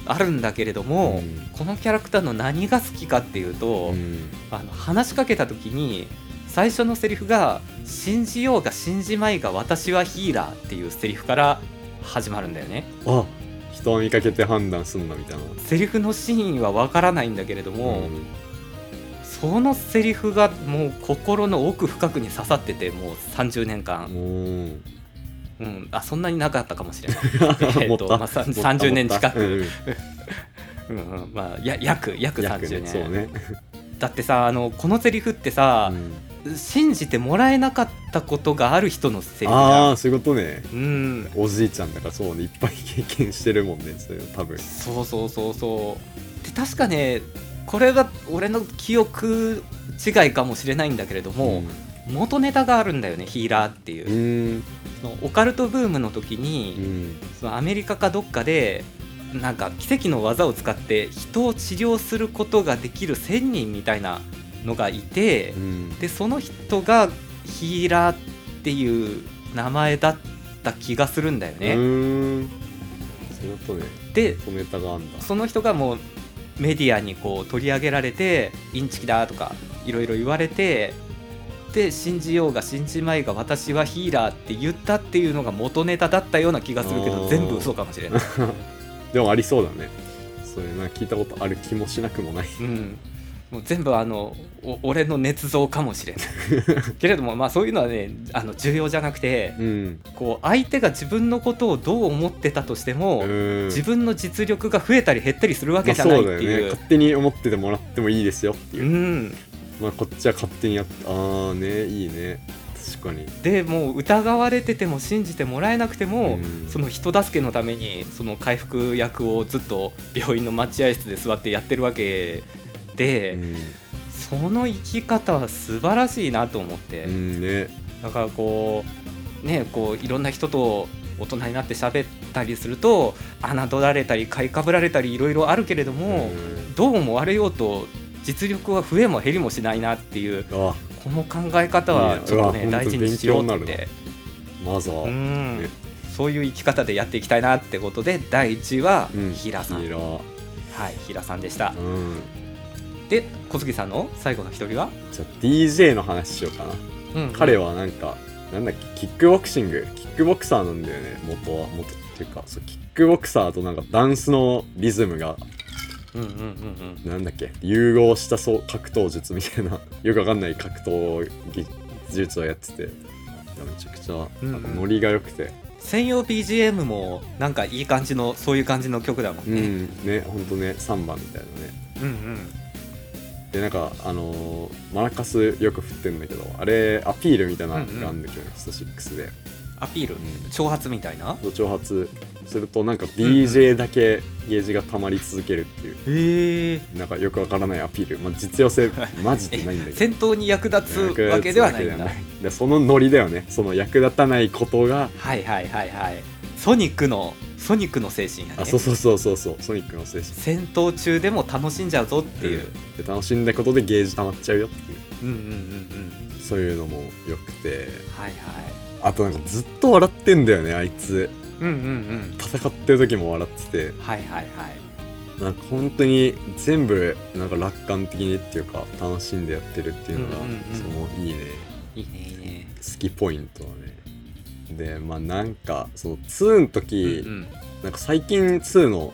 あるんだけれども、
うん
このキャラクターの何が好きかっていうと、
うん
あの話しかけた時に最初のセリフが「信じようが信じまいが私はヒーラー」っていうセリフから始まるんだよね
あ人を見かけて判断すんなみたいな
セリフの真意はわからないんだけれども、
ん
そのセリフがもう心の奥深くに刺さっててもう30年間、
も
う
う
ん、あそんなになかったかもしれないえ
も
っ
っ
と、
た
まあ、さん
もった
30年近く、
うん
うんうんまあ、や約約
約
30
ねそう
年、
ね
だってさあのこのセリフってさ、信じてもらえなかったことがある人のセリフじゃん
ああーそういうことね
うん
おじいちゃんだからそうねいっぱい経験してるもんねそれは多分
そうそうそうそうで確かねこれが俺の記憶違いかもしれないんだけれども、元ネタがあるんだよねヒーラーっていう
う、ん
そのオカルトブームの時
う
に、
ん
そのアメリカかどっかでなんか奇跡の技を使って人を治療することができる仙人みたいなのがいて、
うん
でその人がヒーラーっていう名前だった気がするんだよ
う
ね、
ーんそういうことね
で
小ネタがあんだ
その人がもうメディアにこう取り上げられてインチキだとかいろいろ言われてで信じようが信じまいが私はヒーラーって言ったっていうのが元ネタだったような気がするけ
あ
ど
ー
全部嘘かもしれ ない、
でもありそうだねそれな聞いたことある気もしなくもない
うん、もう全部あのお 俺の捏造かもし れないけれどもまあそういうのはねあの重要じゃなくて
うん
こう相手が自分のことをどう思ってたとしても、
うん
自分の実力が増えたり減ったりするわ
ま
け
あ
じゃない
そ
っ
う
て
だよ
い
ね
う。
勝手に思っててもらってもいいですよっていうう、
ん、
まあこっちは勝手にやってああねいいね確かに
でもう疑われてても信じてもらえなくても、
うん
その人助けのためにその回復役をずっと病院の待合室で座ってやってるわけで、
うん
その生き方は素晴らしいなと思って、
うんね
だからこうねこういろんな人と大人になって喋ったりすると侮られたり買いかぶられたりいろいろあるけれども、
うん
どう思われようと実力は増えも減りもしないなっていう
あ
この考え方はい
や
ちょっと
う
ね
わ
大事にしよう
本
っ
当勉強にな
て
マザー、
う
ね
んそういう生き方でやっていきたいなってことで第1位は
うん
平さん、
ヒラー
はい平さんでした
うん
で小杉さんの最後の一人は、
じゃあ DJ の話しようかな、
うん
彼はなんかなんだっけキックボクシングキックボクサーなんだよね元は元っていうかそうキックボクサーとなんかダンスのリズムが
うんうんうんうん
なんだっけ融合したそう格闘術みたいな よくわかんない格闘技術をやっててめちゃくちゃ
うんうん
なんかノリが良くて
専用 BGM もなんかいい感じのそういう感じの曲だもん
うん、
ね、
ねほんとねサンバみたいなね
うん、うん
でなんかあのーマラカスよく振ってんだけどあれアピールみたいなのがあるんだけど、スト6で、
アピール挑発みたいな
うん、挑発するとなんか DJ だけゲージが溜まり続けるってい
へ
う、
え
なんかよくわからないアピール、まあ、実用性マジでないんだけ ど
戦闘に役立つわけではないんだ
でそのノリだよねその役立たないことが
はいはいはいはいソニックのソニックの精神やね
あそうそうそうそうそうソニックの精神
戦闘中でも楽しんじゃうぞっていう、
で楽しんだことでゲージ溜まっちゃうよってい
うん、うんうんうん
うそういうのも良くて
はいはい
あとなんかずっと笑ってんだよねあいつ
うんうんうん
戦ってる時も笑ってて
はいはいはい
なんか本当に全部なんか楽観的にっていうか楽しんでやってるっていうのが、
うんうんうん
そのいいね
いいねいいね
好きポイントだねでまあなんかその2の時、
うんうん、
なんか最近2の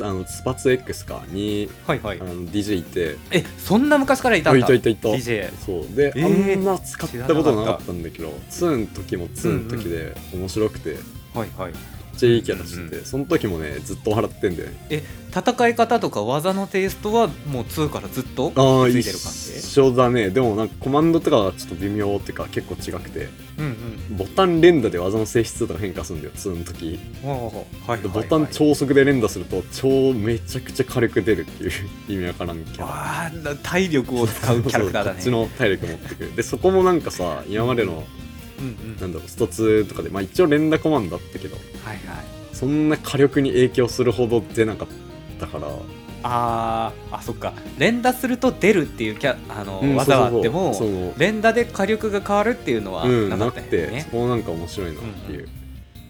あのスパツ X かに
はいはい
あの DJ いて
えそんな昔からいた
あ
ん
い
だ
たいたいた
DJ
そうで、
えー
あんま使ったことなかったんだけど2の時も2の時で面白くて、めっ
はいはい
ちゃいいキャラしてて、
うんうんう
その時もねずっと笑ってんだよね
え戦い方とか技のテイストはもう2からずっと
ああ
つ
一
いてる感じ
緒だねでもなんかコマンドとかはちょっと微妙っていうか結構違くて
うんうん
ボタン連打で技の性質とか変化するんだよ2の時
おーはいはい
で
はい
ボタン超速で連打すると超めちゃくちゃ軽く出るっていう 意味わからんキャラ
あーな体力を使うキャラクターだね
そうこっちの体力持ってくるでそこもなんかさ今までの
うんうん
なんだろうスト2とかでまあ一応連打コマンドだったけど
はいはい
そんな火力に影響するほど出なかったから
あーあそっか連打すると出るっていうキャあの、
うん
技はあ
そう
って
そうそう
も
その
連打で火力が変わるっていうのは
うん
なか
な
っ
く
たよ
て
ね
そ、こもなんか面白いなっていう、
うんう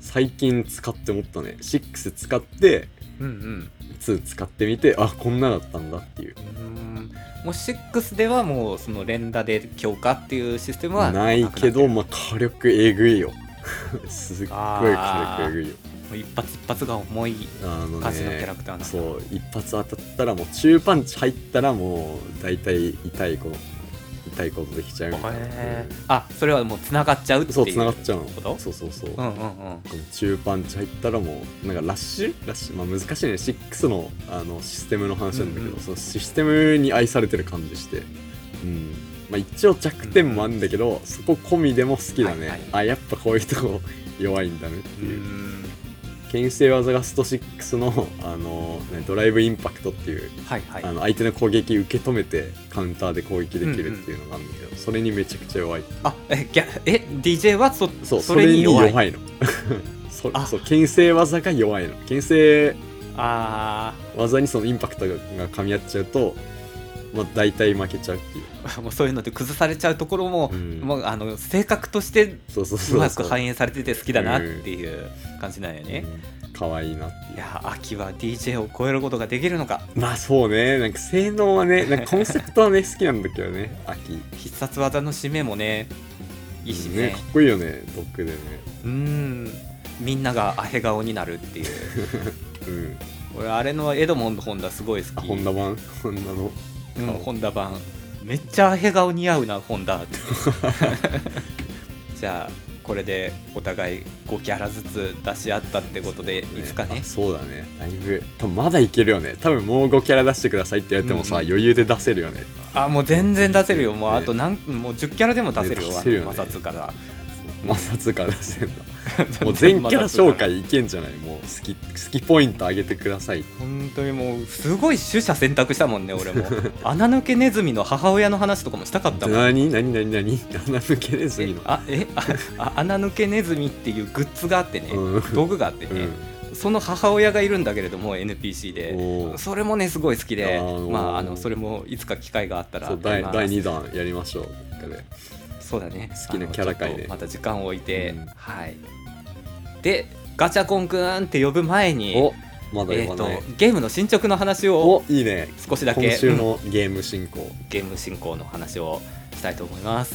最近使って思ったね6使って
うんうん
2使ってみてあこんなだったんだっていう
うーんもう6ではもうその連打で強化っていうシステムは
ないけどまあ火力えぐいよ すっごい
あ
火
ー
力えぐいよ
もう一発一発が重い
あの
感じのキャラ
ね
クターなんだ
そう一発当たったらもう中パンチ入ったらもう大体痛いこと痛いことできちゃうみたいな
へーあそれはもうつながっちゃうっていう
そう繋がっちゃうの
こと
そうそうそう、
うんうんうん
中パンチ入ったらもうなんかラッシュラッシュまあ難しいね6のあのシステムの話なんだけど、
うんうん
そのシステムに愛されてる感じしてうんまあ一応弱点もあるんだけど、そこ込みでも好きだね、
はいはい
あやっぱこういうとこ 弱いんだねって
うー
いう、
ん
牽制技がスト6のあの、ね、ドライブインパクトっていう、
はいはい
あの相手の攻撃受け止めてカウンターで攻撃できるっていうのがあるんだけど、それにめちゃくちゃ弱い
あえぎゃえ DJ はそ
そうそ
そ
れ
れ
に
に
弱
弱
い
い
の そ
あ
そう牽制技が弱いの牽制
あ
技にそのインパクトが噛み合っちゃうと、まあ、大体負けちゃうっていう、
あ もうそういうので崩されちゃうところも、
うん
もうあの性格として
そうそうそうう
まく
そう
反映されてて好きだなっていう感じなんよね、
うんかわいいなっ
い
ていう
や秋は DJ を超えることができるのか
まあそうねなんか性能はねなんかコンセプトはね好きなんだけどね秋
必殺技の締めもねいいし
うんね
ね
かっこいいよね毒でね
うーんみんながアヘ顔になるっていう
うん
俺あれのエドモンド・ホンダすごい
あ
好き
ホンダ版ホンダの
うん、ホンダ版めっちゃアヘ顔似合うなホ ンダじゃあこれでお互い5キャラずつ出し合ったってことでいつかね
あそうだねだいぶ多分まだいけるよね多分もう5キャラ出してくださいって言われてもさ、
うんうん
余裕で出せるよね
あもう全然出せるよもう
ね
あと何もう10キャラでも出せるよ
ね出
あ
せるよね
の摩擦から
摩擦から出せん だもう全キャラ紹介いけんじゃないもう好き好きポイント上げてください
本当にもうすごい取捨選択したもんね俺 も穴抜けネズミの母親の話とかもしたかったもん
何何何何穴抜けネズミの
あえああ穴抜けネズミっていうグッズがあってね、
うん
道具があってね、その母親がいるんだけれども NPC
うん
で
おー
それもねすごい好きで
あー
まああのそれもいつか機会があったら
そう第
まあ
第2弾やりましょうなんかね
そうだね
好きなキャラ界
あのちょっ
で
とまた時間を置いて、
うん
はいでガチャコンくんって呼ぶ前に
おまだ
え
言
ー、
わ
と
ない
ゲームの進捗の話
お
を
いいね
少しだけ
今週
うん
のゲーム進行
ゲーム進行の話をしたいと思います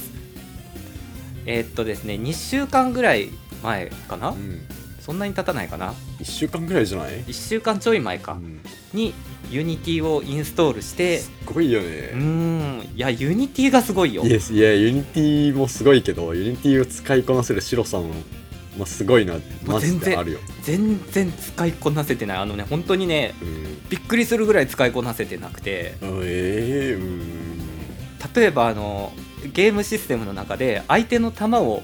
えーっとですね2週間ぐらい前かな、
うん
そんなに経たないかな
1週間ぐらいじゃない
1週間ちょい前か、
うん
に Unity をインストールして
すごいよ
うー
ね
んいや Unity がすごいよ
いやいやユニティもすごいけどユニティを使いこなせるシロさんもまあすごいな
も
マ
う
ジ
全然
であるよ
全然使いこなせてないあのね本当にね
うん
びっくりするぐらい使いこなせてなくて
あええうん
例えばあのゲームシステムの中で相手の弾を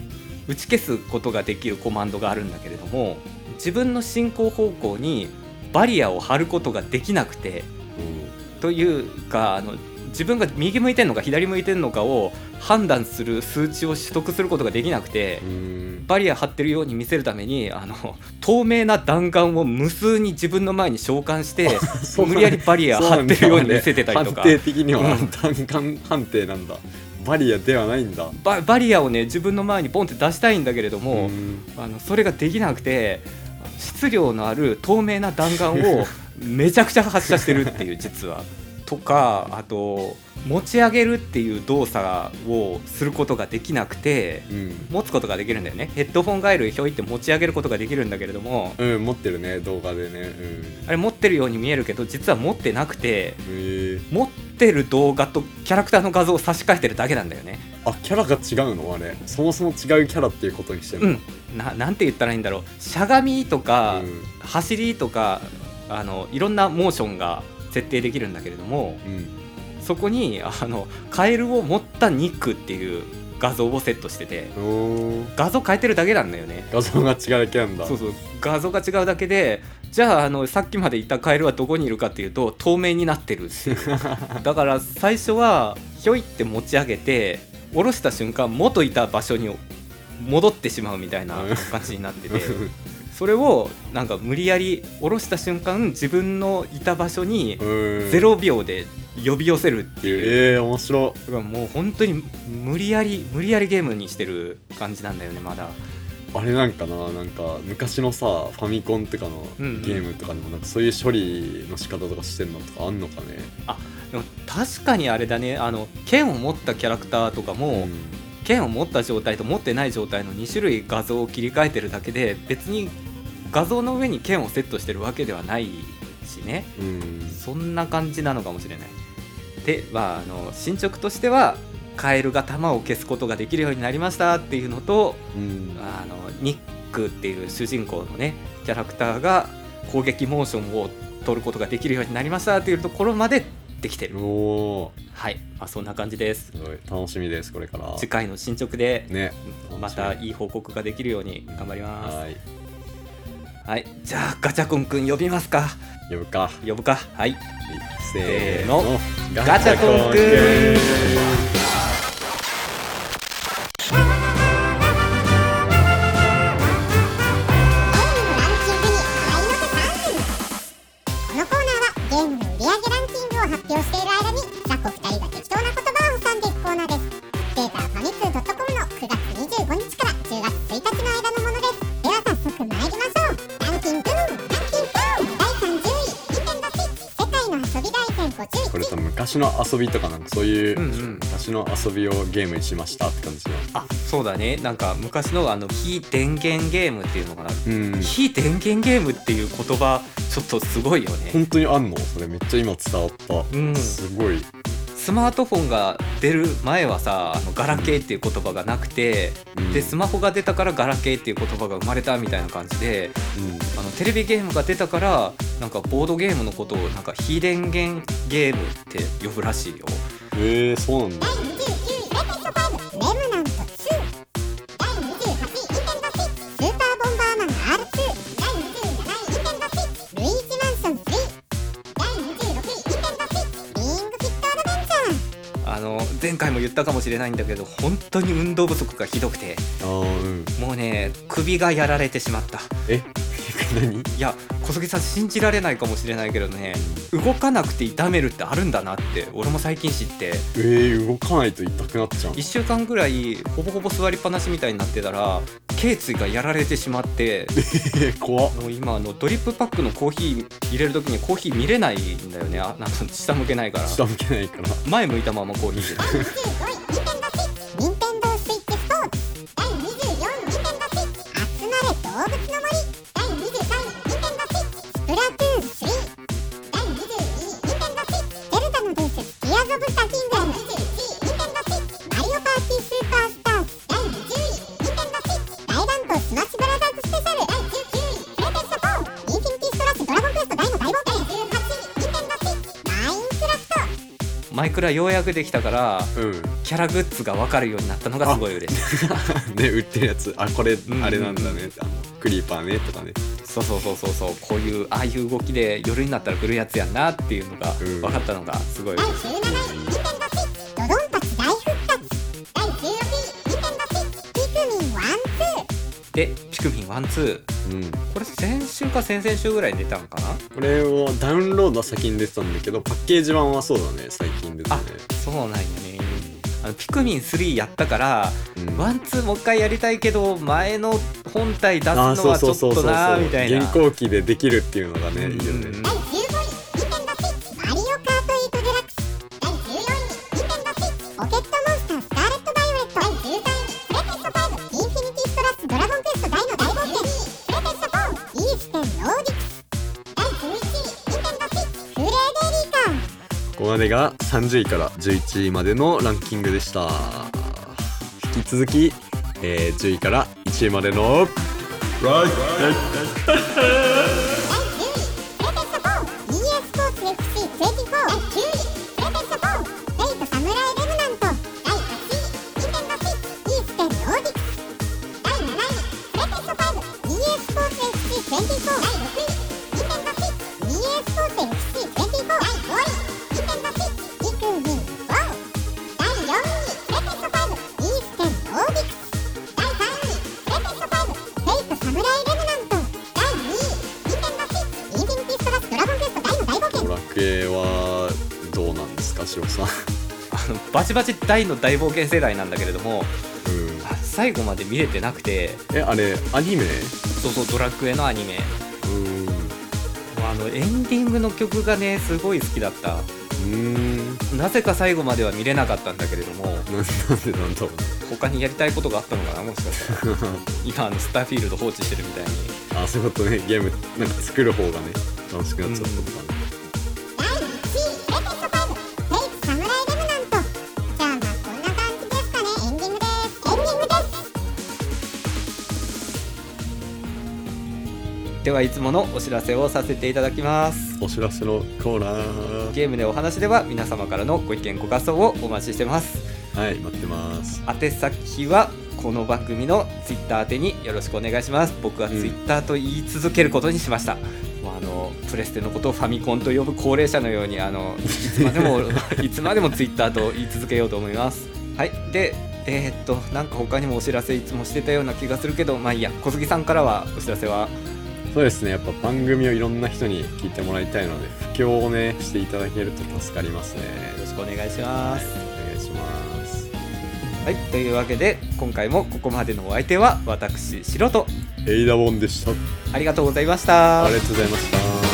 打ち消すことができるコマンドがあるんだけれども自分の進行方向にバリアを張ることができなくて
うん
というかあの自分が右向いてるのか左向いてるのかを判断する数値を取得することができなくて
うーん
バリア張ってるように見せるためにあの透明な弾丸を無数に自分の前に召喚して
そうな
無
ん
理やりバリア張ってるように見せてたりとか
判。定的には
うん
単管判定なんだバリアではないんだ
ババリアをね自分の前にポンって出したいんだけれども、
うん
あのそれができなくて質量のある透明な弾 丸をめちゃくちゃ発射してるっていう実は。とかあと持ち上げるっていう動作をすることができなくて
うん、
持つことができるんだよねヘッドフォンガイルひょいって持ち上げることができるんだけれども
うん、持ってるね動画でねうん
あれ持ってるように見えるけど実は持ってなくて
へえ
持ってる動画とキャラクターの画像を差し替えてるだけなんだよね
あキャラが違うのあれそもそも違うキャラっていうことにして
う
る
んななんて言ったらいいんだろうしゃがみとか、
うん
走りとかあのいろんなモーションが設定できるんだけれども
うん
そこにあのカエルを持ったニックっていう画像をセットしてて
おー
画像変えてるだけなんだよね
画像が違うキャラなんだ
そうそう画像が違うだけでじゃああのさっきまでいたカエルはどこにいるかっていうと透明になってる っていうだから最初はひょいって持ち上げて下ろした瞬間元いた場所に戻ってしまうみたいな感じになってて。それをなんか無理やり下ろした瞬間自分のいた場所に
うん
0秒で呼び寄せるっていう、
ええ面白
だからもう本当に無理やり無理やりゲームにしてる感じなんだよねまだ
あれなんかななんか昔のさファミコンとかの
うんうん
ゲームとかにもなんかそういう処理の仕方とかしてんのとかあんのかね
でも確かにあれだねあの剣を持ったキャラクターとかも、
ん
剣を持った状態と持ってない状態の2種類画像を切り替えてるだけで別に画像の上に剣をセットしてるわけではないしね
うん
そんな感じなのかもしれない。で、まあ、あの進捗としてはカエルが弾を消すことができるようになりましたっていうのと
うん
あのニックっていう主人公のねキャラクターが攻撃モーションを取ることができるようになりましたっていうところまでできてる。
おー
はい、まあ、そんな感じです。
すごい楽しみですこれから
次回の進捗で
ね
またいい報告ができるように頑張ります。
はい
はい、じゃあガチャコンくん呼びますか
呼ぶか
呼ぶかはい。
せー
せーの
の
ガチャコンくん
ランキングに入ろうぜこのコーナーはゲームの売り上げランキングを発表している間にザコ2人が適当な言葉を挟んでいくコーナーですデータはファミ通 .com の9月25日から10月1日の間のものですでは早速参りましょうランキングランキング第30位 Nintendo Switch 世界の遊び大全51
これさ昔の遊びとかなんかそういう、
うんうん
昔の遊びをゲームにしましたって感じの
あそうだねなんか昔のあの非電源ゲームっていうのかな
うん
非電源ゲームっていう言葉ちょっとすごいよね
本当にあんのそれめっちゃ今伝わった、
うん
すごい
スマートフォンが出る前はさあのガラケーっていう言葉がなくて
うん
でスマホが出たからガラケーっていう言葉が生まれたみたいな感じで
うん
あのテレビゲームが出たからなんかボードゲームのことをなんか非電源ゲームって呼ぶらしいよ
えー、そうなん
第29位レテスト5レムナント2第28位 Nintendo Switch 世界の遊び大全11第17位 Nintendo Switch 世界の遊び大全11第
だ
スーパーボンバーマン R2 第27位 Nintendo Switch ルイージマンション3第26位 Nintendo Switch ビーイングフィットアドベンチャー
あの前回も言ったかもしれないんだけど本当に運動不足がひどくて
あーうん
もうね首がやられてしまった
え何
いや小杉さん信じられないかもしれないけれどね動かなくて痛めるってあるんだなって俺も最近知って
えー、動かないと痛くなっちゃう
1週間ぐらいほぼほぼ座りっぱなしみたいになってたら頸椎がやられてしまって
えー、怖っ
もう今あのドリップパックのコーヒー入れる時にコーヒー見れないんだよねあなんか下向けないから
下向けないから
前向いたままコーヒー入れる
第25位 Nintendo Switch Nintendo Switch スポーツ第24位 Nintendo Switch 集まれ動物の森第23位 Nintendo Switch スプラトゥーン3第22位 Nintendo Switch ゼルダの伝説ティアーズ・オブ・ザ・キングダム21位 Nintendo Switch マリオパーティースーパースターズ第20位 Nintendo Switch 大乱闘スマッシュブラザーズスペシャル第19位プレテスト4インフィニティストラッシュドラゴンクエスト大の大冒険第18位 Nintendo Switch マイ
マイ
ンクラフト
クラようやくできたから
うん
キャラグッズが分かるようになったのがすごい嬉しい
ね売ってるやつあこれ、
ん
あれなんだねあのクリーパーねとかね
そうそうそうそうそうこういうああいう動きで夜になったら来るやつやんなっていうのが
うん
分かったのがすごい
第17位、ニンテンドースイッチ、ドドンパチ大復活。第16位、ニンテンドースイッチ、ドドンパチ大復活。第15位、ニンテンドースイッチ、ドドンパチ大復活。第14位、ニンテンドースイッチ、ドドンパチ大復活。第13位、ニンテンドースイッチ、ドドンパチ大復活。第12位、ニンテンドースイッチ、ドドンパチ大復活。第11位、ニンテンドースイッチ、ドドンパチ大復活。第10位、ニンテンドースイッチ、ドドンパチ大復活。第9位、ニンテンドースイッチ、ドドンパチ大復活。第8位、ニンテンドースイッチ、ドドンパチ大復活。第7位、ニンテンドースイッチ、ドドンパチ大復活。第6位、ニンテンドースイッチ、ドドンパチ大復活。第5位、ニンテンドースイッチ、ドドンパチ大復活。第4位、ニンテンドースイッチ、ドドンパチ大復活。第3位、ニンテンドースイッチ、ドドンパチ大復活。第2位、ニンテンドースイッチ、ドドンパピクミンワン
でピクミン12これ
うん
ツー
先週か先々週ぐらいに出たのかな
これをダウンロードは先に出てたんだけどパッケージ版はそうだね最近出たね
そうなんよねあのピクミン3やったから
うん
ワンツーもう一回やりたいけど前の本体出すの
あ
は
ー
ち
そうそ
ょ
う
っ
そうそ
と
うそう
なーみたいな
現行機でできるっていうのがねいいよ
うん
ね
第15位、ニンテンドスイッチマリオカート8デラックス第14位、ニンテンドスイッチポケットモンスタースカーレット・バイオレット第13位、プレテスト5インフィニティストラスドラゴンクエスト大の大冒険プレテスト4、イーステン・ローディクス第11位、ニンテンドスイッチフレーデリカ
ここまでが30位から11位までのランキングでした引き続き、えー10位から1位までの
第10位、プレテスト 4EA スポーツ FC24 第9位、プレテスト 4EA スポーツ FC24 第8位、プレテスト 4EA スポーツ FC24 第7位、プレテスト 4EA スポーツ FC24 第6位、プレテスト 4EA スポーツ FC24 第5位、プレテスト 4EA スポーツ FC24 第3位、プレテスト 4EA スポーツ FC24 第2位、プレテスト 4EA スポーツ FC24 第1位、プレテスト 4EA スポーツ FC24 第3位、プレテスト 4EA スポーツ FC24 第2位、プレテスト 4EA スポーツ FC24 第1位、プレテスト 4EA スポーツ FC24 第3位、プレテスト 4EA スポーツ FC24 第2位、プレテスト 4EA スポーツ FC24 第1位、プレテスト 4EA スポーツ FC24 第3位、プレテスト 4EA スポーツ FC24 第2位、プレテスト 4EA スポーツ FC24 第1位、プンフェイトサムライレムナント第8位ニンテンドースイッチイーステンローディック第7位プレテスト 5EA スポーツ FC24 第6位ニンテンドースイッチ EA スポーツ FC24 第5位ニンテンドースイッチイクミン4第4位プレテスト 5E ステンローディック第3位「レテスト5」「フェイトサムライレムナント」第2位「ニンテンドースイッチ EA スポーツ FC24」第1位「ニンテンドースイッチ EA スポーツ FC24」第3位「レテスト5」「EA スポーツ FC24」第2位「ニンテンドースイッチ EA スポーツ FC24」第1位「ニンテンドースイッチ EA スポーツ FC24」第3位「レテスト5」「EA スポーツ FC24」第2位「ニンテンドースイッチ EA スポーツ FC24」第3位「レテスト5」「EA スポーツ FC24」第3位「レテスト5」「EA スポーツ FC24」第3位「レテスト5」「EA スポーツ FC24」第3位「レテスト5」「EA スポーツ FC24」第3位「レテスト5」「EA スポーツ FC24」第3位「レテスト5」「EA スポーツ FC24」第3位「レテスト5」「EA スポーツ FC24」第3位「レテスト5」「EA スポーツ FC24」第3位「レテスト5インフィニティストラスドラゴンクエスト大の大冒険
ドラクエはどうなんですか、しおさん。
あのバチバチ大の大冒険世代なんだけれども
うん
あ最後まで見れてなくて
え、あれ、アニメ
そうそうドラクエのアニメ
うん。う
もうあのエンディングの曲がねすごい好きだった
ーん。
なぜか最後までは見れなかったんだけれども
ななんでなんだろう
他にやりたいことがあったのかなもしかしたら今あのスターフィールド放置してるみたいに
な。あ、そういうことね。ゲーム、なんか作る方がね、楽しくなっちゃったとか、ね
第1位プレゼント5フェイクサムライレムナントじゃあまあこんな感じですかねエンディングですエンディングです
ではいつものお知らせをさせていただきます
お知らせのコーナー。
ゲームでお話では皆様からのご意見ご感想をお待ちしてます
はい、待ってます。
宛先はこの番組のツイッター宛てによろしくお願いします僕はツイッターと言い続けることにしました、もうあのプレステのことをファミコンと呼ぶ高齢者のようにあ のいつまでもいつまでもツイッターと言い続けようと思いますはいでえーっとなんか他にもお知らせいつもしてたような気がするけどまあいいや小杉さんからはお知らせは
そうですねやっぱ番組をいろんな人に聞いてもらいたいので布教をねしていただけると助かりますね
よろしくお願いします
お願いします
はいというわけで今回もここまでのお相手は私シロと
エイダボンでした
ありがとうございました
ありがとうございました